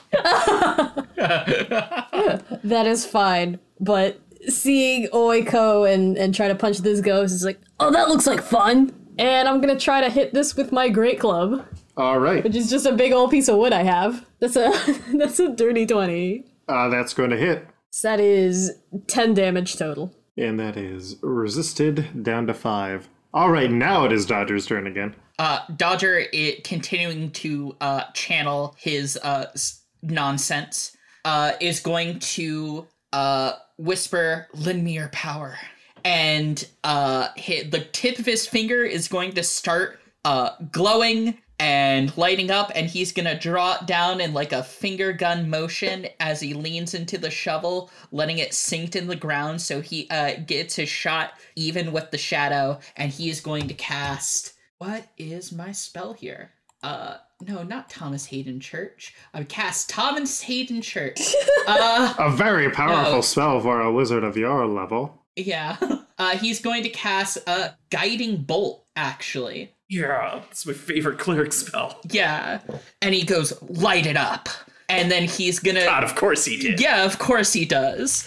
E: That is fine, but seeing Oiko and and try to punch this ghost is like, oh, that looks like fun. And I'm gonna try to hit this with my great club,
A: All right.
E: which is just a big old piece of wood I have. That's a that's a dirty twenty.
A: Uh, that's going to hit.
E: So that is 10 damage total.
A: And that is resisted down to five. All right, now it is Dodger's turn again.
D: Uh, Dodger it, continuing to uh, channel his uh, s- nonsense uh, is going to uh, whisper, "Lend me your power," and uh, hit, the tip of his finger is going to start uh, glowing and lighting up, and he's gonna draw it down in like a finger gun motion as he leans into the shovel, letting it sink in the ground, so he uh, gets his shot even with the shadow, and he is going to cast what is my spell here? Uh, no, not Thomas Hayden Church. I would cast Thomas Hayden Church. uh,
A: A very powerful
D: No.
A: spell for a wizard of your level.
D: yeah. Uh, he's going to cast a guiding bolt, actually.
B: Yeah, it's my favorite cleric spell.
D: Yeah. And he goes, light it up. And then he's gonna.
B: God, of course he did.
D: Yeah, of course he does.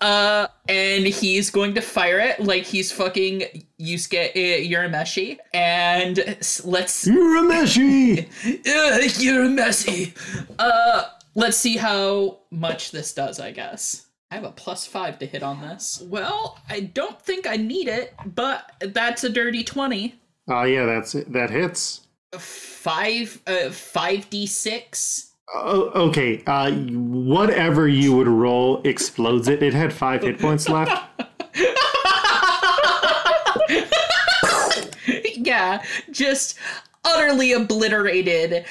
D: Uh, and he's going to fire it like he's fucking Yusuke uh, Urameshi. And s- let's
A: Murameshi!
D: Uh, you're messy. Uh, let's see how much this does, I guess. I have a plus five to hit on this. Well, I don't think I need it, but that's a dirty 20.
A: uh, yeah, that's it. that hits.
D: Five, uh, 5d6.
A: O- okay, uh, whatever you would roll explodes it. It had five hit points left.
D: yeah, just utterly obliterated.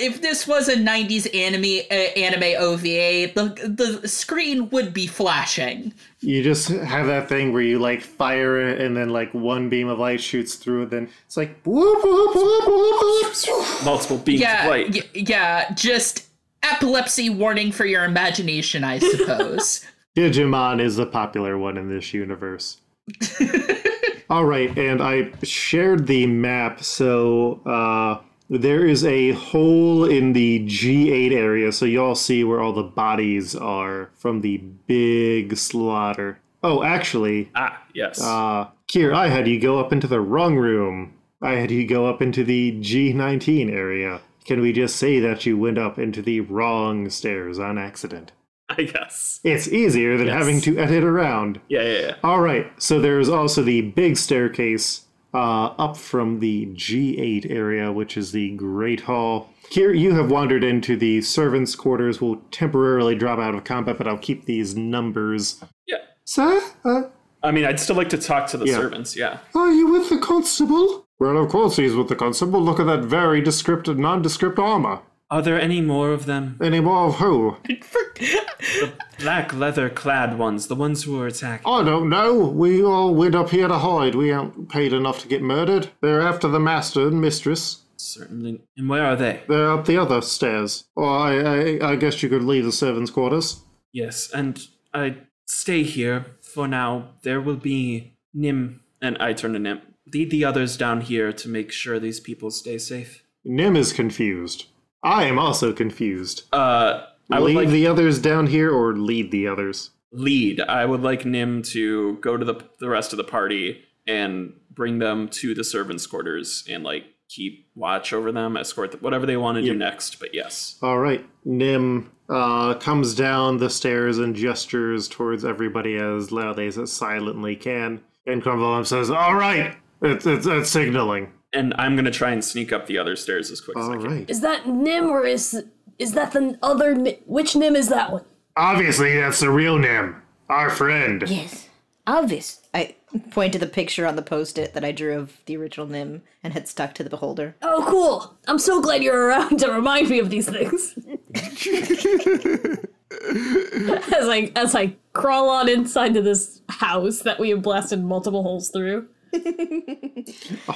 D: If this was a 90s anime uh, anime OVA, the the screen would be flashing.
A: You just have that thing where you like fire it, and then like one beam of light shoots through it. Then it's like whoop whoop whoop whoop whoop.
B: Multiple beams
D: yeah,
B: of light.
D: y- yeah, just epilepsy warning for your imagination, I suppose.
A: Digimon is the popular one in this universe. All right, and I shared the map, so uh, there is a hole in the G8 area, so y'all see where all the bodies are from the big slaughter. Oh, actually,
B: Ah, yes.
A: uh, Kier, I had you go up into the wrong room. I had you go up into the G19 area. Can we just say that you went up into the wrong stairs on accident?
B: I guess.
A: It's easier than
B: Yes.
A: having to edit around.
B: Yeah, yeah, yeah.
A: All right, so there's also the big staircase uh, up from the G8 area, which is the Great Hall. Here, you have wandered into the servants' quarters. We'll temporarily drop out of combat, but I'll keep these numbers.
B: Yeah.
A: Sir, uh,
B: I mean, I'd still like to talk to the
A: Yeah.
B: servants. Yeah.
A: are you with the constable? Well, of course he's with the constable. Look at that very descriptive, nondescript armor.
B: Are there any more of them?
A: Any more of who?
B: The black leather clad ones, the ones who were attacked.
A: I don't know. We all went up here to hide. We aren't paid enough to get murdered. They're after the master and mistress.
B: Certainly. And where are they?
A: They're up the other stairs. Or I, I, I guess you could leave the servants' quarters.
B: Yes, and I stay here for now. There will be Nim, and I turn to Nim. Lead the others down here to make sure these people stay safe.
A: Nim is confused. I am also confused.
B: Uh, I would
A: leave
B: like
A: the others down here or lead the others?
B: lead. I would like Nim to go to the the rest of the party and bring them to the servants' quarters and like keep watch over them, escort them, whatever they want to do next. But yes,
A: All right. Nim uh, comes down the stairs and gestures towards everybody as loudly as it silently can. And Crumbalum says, All right, it's, it's, it's signaling.
B: and I'm gonna try and sneak up the other stairs as quick as I
A: All
B: can.
A: right.
E: Is that Nim or is is that the other Nim? Which Nim is that one?
A: Obviously, that's the real Nim, our friend.
C: Yes. Obvious. I point to the picture on the post it that I drew of the original Nim and had stuck to the beholder.
E: Oh, cool! I'm so glad you're around to remind me of these things. as I as I crawl on inside to this house that we have blasted multiple holes through.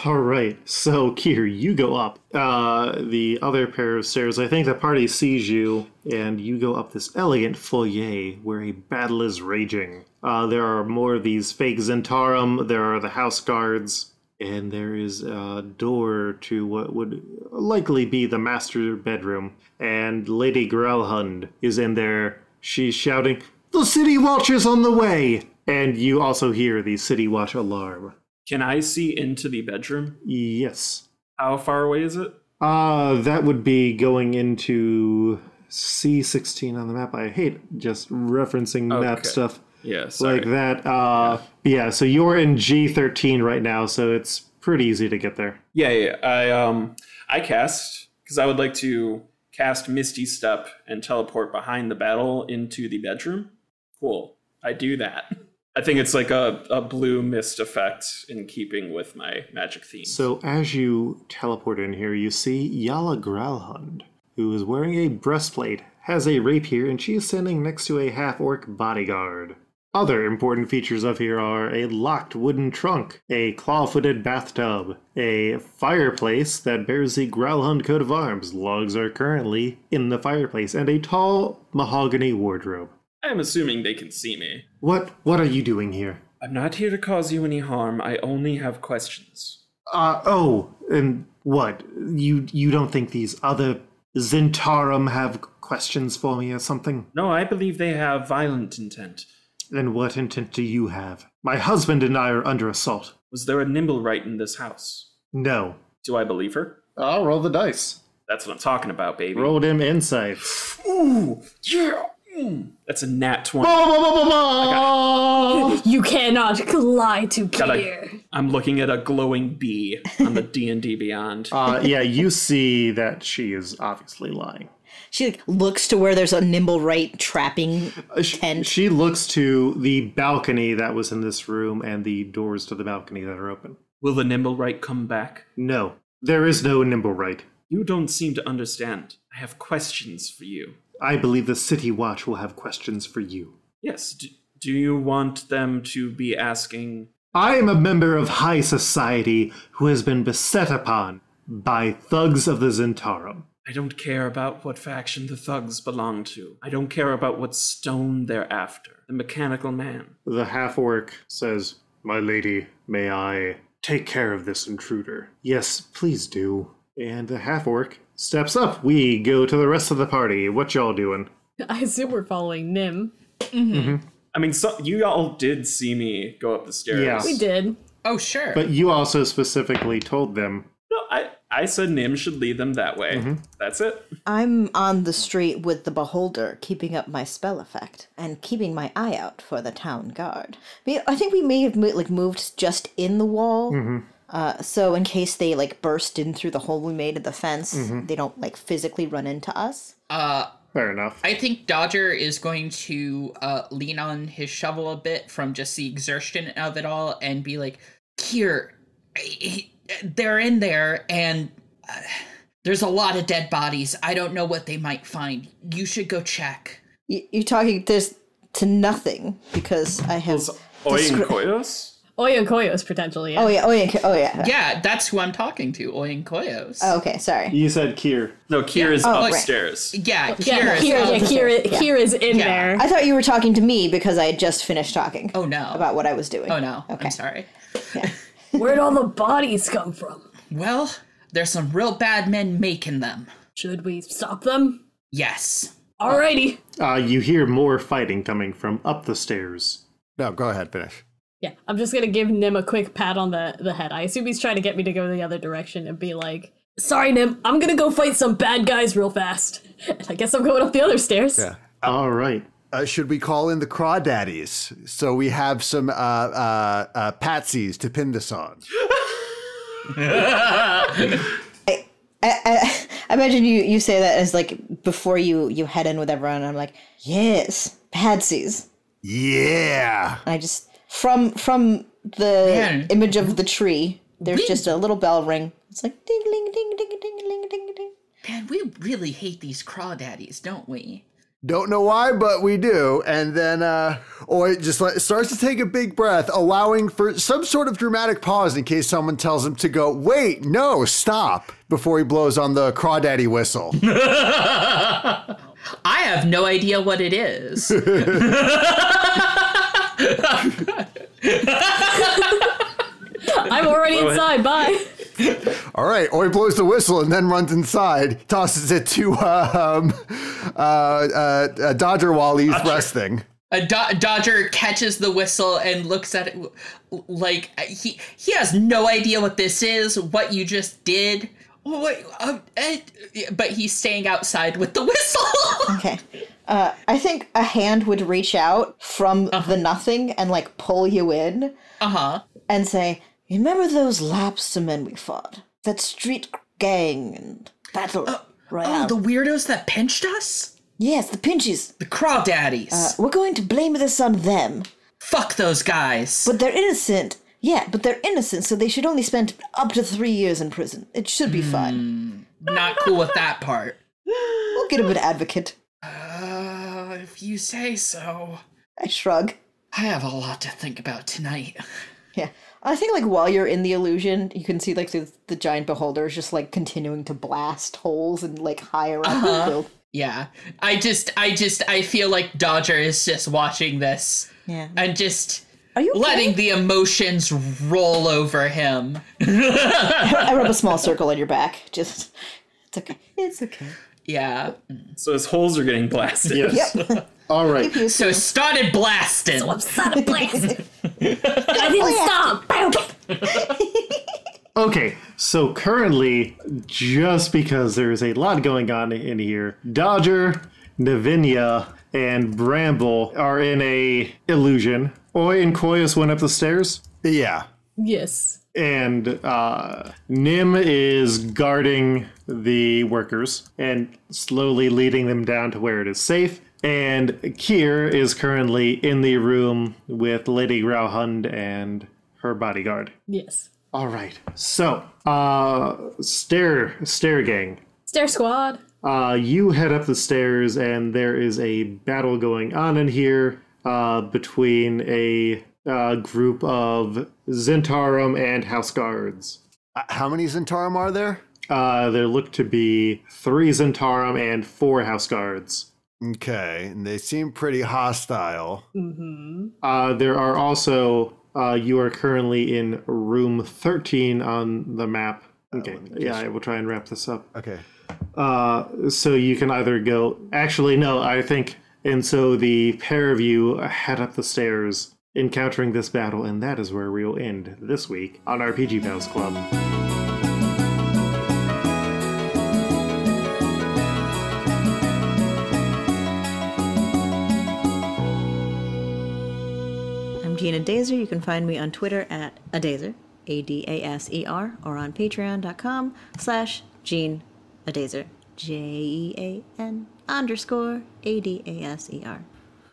A: All right. So, Kier, you go up uh, the other pair of stairs. I think the party sees you, and you go up this elegant foyer where a battle is raging. Uh, there are more of these fake Zentarum, there are the house guards, and there is a door to what would likely be the master bedroom. And Lady Grelhund is in there. She's shouting, The City Watcher's on the way! And you also hear the City Watch alarm.
B: Can I see into the bedroom?
A: Yes.
B: How far away is it?
A: Uh, that would be going into C16 on the map. I hate just referencing
B: Okay.
A: map stuff
B: Yeah, sorry.
A: like that. Uh, yeah. so you're in G13 right now, so it's pretty easy to get there.
B: Yeah, yeah. I um I cast because I would like to cast Misty Step and teleport behind the battle into the bedroom. Cool. I do that. I think it's like a, a blue mist effect in keeping with my magic theme.
A: So as you teleport in here, you see Yala Growlhund, who is wearing a breastplate, has a rapier, and she is standing next to a half-orc bodyguard. Other important features of here are a locked wooden trunk, a claw-footed bathtub, a fireplace that bears the Growlhund coat of arms. Logs are currently in the fireplace, and a tall mahogany wardrobe.
B: I'm assuming they can see me.
A: What what are you doing here?
B: I'm not here to cause you any harm. I only have questions.
A: Uh oh, and what? You you don't think these other Zentarum have questions for me or something?
B: No, I believe they have violent intent.
A: Then what intent do you have? My husband and I are under assault.
B: Was there a nimble right in this house?
A: No.
B: Do I believe her?
A: I'll roll the dice.
B: That's what I'm talking about, baby.
A: Roll him insight.
B: Ooh, yeah. Mm. That's a nat 20.
E: You cannot lie to
B: Got a-
E: Kier.
B: I'm looking at a glowing bee on the D and D Beyond.
A: Uh, yeah, you see that she is obviously lying.
C: She like, looks to where there's a nimble right trapping
A: She,
C: tent.
A: Uh, she looks to the balcony that was in this room and the doors to the balcony that are open.
B: Will the nimble right come back?
A: No, there is no nimble right.
B: You don't seem to understand. I have questions for you.
A: I believe the City Watch will have questions for you.
B: Yes. Do, do you want them to be asking?
A: I am a member of high society who has been beset upon by thugs of the Zentarum.
B: I don't care about what faction the thugs belong to. I don't care about what stone they're after. The mechanical man.
A: The half orc says, My lady, may I take care of this intruder? Yes, please do. And the half orc steps up. We go to the rest of the party. What y'all doing?
E: I assume we're following Nim.
B: I mean, so, you all did see me go up the stairs.
A: Yeah.
E: We did.
D: Oh, sure.
A: But you also specifically told them
B: No, I, I said Nim should lead them that way.
A: Mm-hmm.
B: That's it.
C: I'm on the street with the beholder, keeping up my spell effect and keeping my eye out for the town guard. We- I think we may have mo- like moved just in the wall, uh, so in case they like burst in through the hole we made in the fence, they don't like physically run into us.
A: fair enough.
D: I think Dodger is going to uh, lean on his shovel a bit from just the exertion of it all and be like, here, I- I- they're in there and uh, there's a lot of dead bodies. I don't know what they might find. You should go check.
C: You- You're talking there's to nothing because I have.
B: Oin Koyos?
E: Oyo Koyos, potentially. Yeah.
C: Oh yeah! Oh yeah! Oh yeah!
D: Yeah, that's who I'm talking to, Oyen Koyos.
C: Oh, okay, sorry.
A: You said Kier.
B: No, Kier is
E: Oh,
C: right.
B: upstairs.
D: Yeah,
E: yeah,
D: Kira.
E: Kier, yeah, Kier,
C: Yeah.
E: Kier is in there.
C: I thought you were talking to me because I had just finished talking.
D: Oh no.
C: About what I was doing.
D: oh no.
C: Okay.
D: I'm sorry.
E: Where'd all the bodies come from?
D: Well, there's some real bad men making them.
E: Should we stop them?
D: Yes.
E: Alrighty.
A: Uh, you hear more fighting coming from up the stairs.
F: No, go ahead, finish.
E: Yeah, I'm just gonna give Nim a quick pat on the, the head. I assume he's trying to get me to go the other direction and be like, Sorry, Nim, I'm gonna go fight some bad guys real fast. And I guess I'm going up the other stairs.
F: Yeah.
A: All right.
F: Uh, should we call in the crawdaddies so we have some uh, uh, uh, patsies to pin this on?
C: I, I, I imagine you, you say that as like before you, you head in with everyone. And I'm like, yes, Patsies.
F: Yeah.
C: And I just from from the
D: Man.
C: image of the tree, there's just a little bell ring. It's like ding ding ding ding ding ding ding ding.
D: Man, we really hate these crawdaddies, don't we?
F: Don't know why, but we do. And then, uh, or it just like, starts to take a big breath, allowing for some sort of dramatic pause in case someone tells him to go, wait, no, stop, before he blows on the crawdaddy whistle.
D: I have no idea what it is.
E: I'm already inside, bye.
F: All right, or he blows the whistle and then runs inside, tosses it to uh, um, uh, uh, uh, Dodger while he's resting.
D: A Do- Dodger catches the whistle and looks at it w- like uh, he he has no idea what this is, what you just did, Well, wait, um, eh, but he's staying outside with the whistle.
C: Okay. Uh, I think a hand would reach out from
D: Uh-huh.
C: the nothing and like pull you in
D: uh huh.
C: and say, "Remember those lobster men we fought? That street gang and battle royale?
D: Oh, the weirdos that pinched us?
C: yes, the pinches.
D: The crawdaddies.
C: We're going to blame this on them,
D: Fuck those guys.
C: but they're innocent." Yeah, but they're innocent, so they should only spend up to three years in prison. It should be
D: Hmm.
C: fine.
D: Not cool with that part.
C: We'll get a good advocate.
D: Uh, if you say so.
C: I shrug.
D: I have a lot to think about tonight.
C: Yeah. I think like while you're in the illusion, you can see like the, the giant beholder is just like continuing to blast holes and like higher up the build.
D: Yeah. I just, I just, I feel like Dodger is just watching this
C: Yeah.
D: and just
C: Are you okay?
D: letting the emotions roll over him.
C: I rub a small circle on your back. Just it's okay. It's okay.
D: Yeah.
B: So his holes are getting blasted.
A: Yes. All right.
D: So started blasting.
E: Stop a blast! I didn't
C: Oh,
E: stop!
A: Okay, so currently, just because there is a lot going on in here, Dodger, Navinia, and Bramble are in a illusion. Oi and Koyas went up the stairs,
F: Yeah.
E: yes.
A: and uh, Nim is guarding the workers and slowly leading them down to where it is safe. And Kier is currently in the room with Lady Rauhund and her bodyguard.
E: Yes.
A: All right. So, uh, stair stair gang.
E: Stair Squad.
A: Uh, you head up the stairs, and there is a battle going on in here uh, between a uh, group of Zentarum and house guards.
F: Uh, How many Zentarum are there?
A: Uh, there look to be three Zentarum and four house guards.
F: Okay, and they seem pretty hostile.
A: Uh, there are also uh, you are currently in room thirteen on the map. Okay. yeah, I will try and wrap this up.
F: Okay.
A: Uh, so you can either go. Actually, no, I think. And so the pair of you head up the stairs, encountering this battle, and that is where we'll end this week on RPG Pals Club.
C: I'm Gina Dazer. You can find me on Twitter at Adazer, A D A S E R, or on patreon.com slash Gene Adazer, J E A N underscore A D A S E R.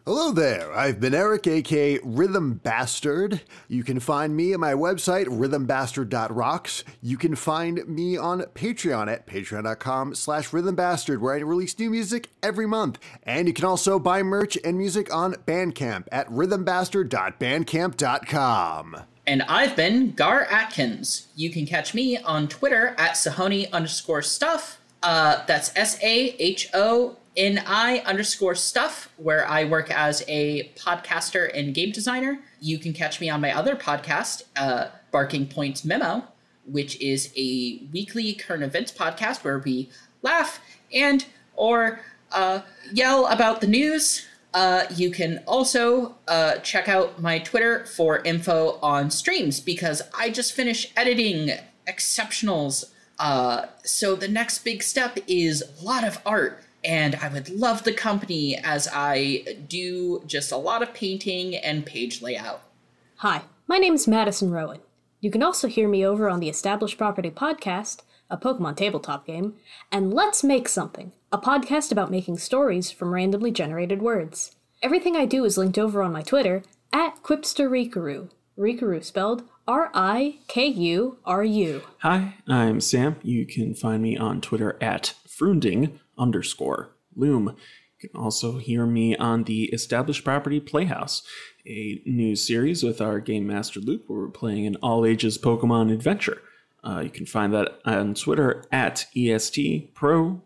F: Hello there. I've been Eric, aka Rhythm Bastard. You can find me at my website, rhythmbastard.rocks. You can find me on Patreon at patreon.com slash rhythmbastard, where I release new music every month. And you can also buy merch and music on Bandcamp at rhythmbastard.bandcamp.com.
D: And I've been Gar Atkins. You can catch me on Twitter at Sahoni underscore stuff. Uh, that's S A H O N I underscore stuff, where I work as a podcaster and game designer. You can catch me on my other podcast, uh, Barking Point Memo, which is a weekly current events podcast where we laugh and or uh, yell about the news. Uh, you can also uh, check out my Twitter for info on streams because I just finished editing exceptionals. Uh, so the next big step is a lot of art, and I would love the company as I do just a lot of painting and page layout.
E: Hi, my name's Madison Rowan. You can also hear me over on the Established Property Podcast, a Pokemon tabletop game, and Let's Make Something, a podcast about making stories from randomly generated words. Everything I do is linked over on my Twitter, at QuipsterRikuru, Rikuru spelled R I K U R U.
B: Hi, I'm Sam. You can find me on Twitter at frunding underscore loom. You can also hear me on the Established Property Playhouse, a new series with our Game Master Luke, where we're playing an all ages Pokemon adventure. Uh, you can find that on Twitter at EST E Pro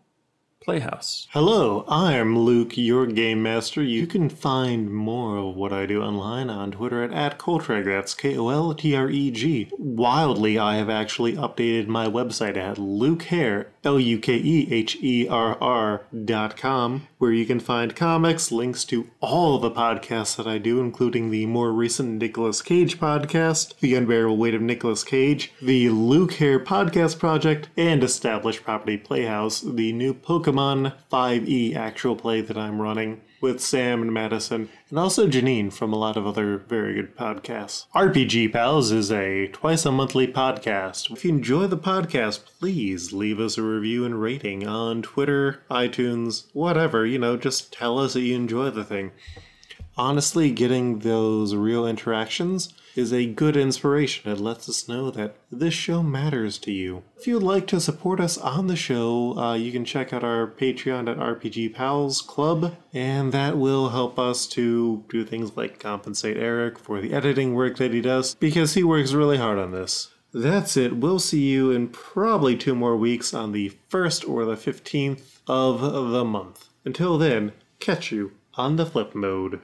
B: Playhouse.
A: Hello, I'm Luke, your game master. You can find more of what I do online on Twitter at, at Coltreg. That's K O L T R E G. Wildly, I have actually updated my website at lukehair, L U K E H E R R dot com, where you can find comics, links to all the podcasts that I do, including the more recent Nicolas Cage podcast, The Unbearable Weight of Nicolas Cage, the Luke Hair Podcast Project, and Established Property Playhouse, the new Pokemon 5e actual play that I'm running with Sam and Madison, and also Janine from a lot of other very good podcasts. RPG Pals is a twice a monthly podcast. If you enjoy the podcast, please leave us a review and rating on Twitter, iTunes, whatever. You know, just tell us that you enjoy the thing honestly getting those real interactions is a good inspiration it lets us know that this show matters to you if you'd like to support us on the show uh, you can check out our patreon at rpg pals club and that will help us to do things like compensate eric for the editing work that he does because he works really hard on this that's it. We'll see you in probably two more weeks on the 1st or the 15th of the month. Until then, catch you on the flip mode.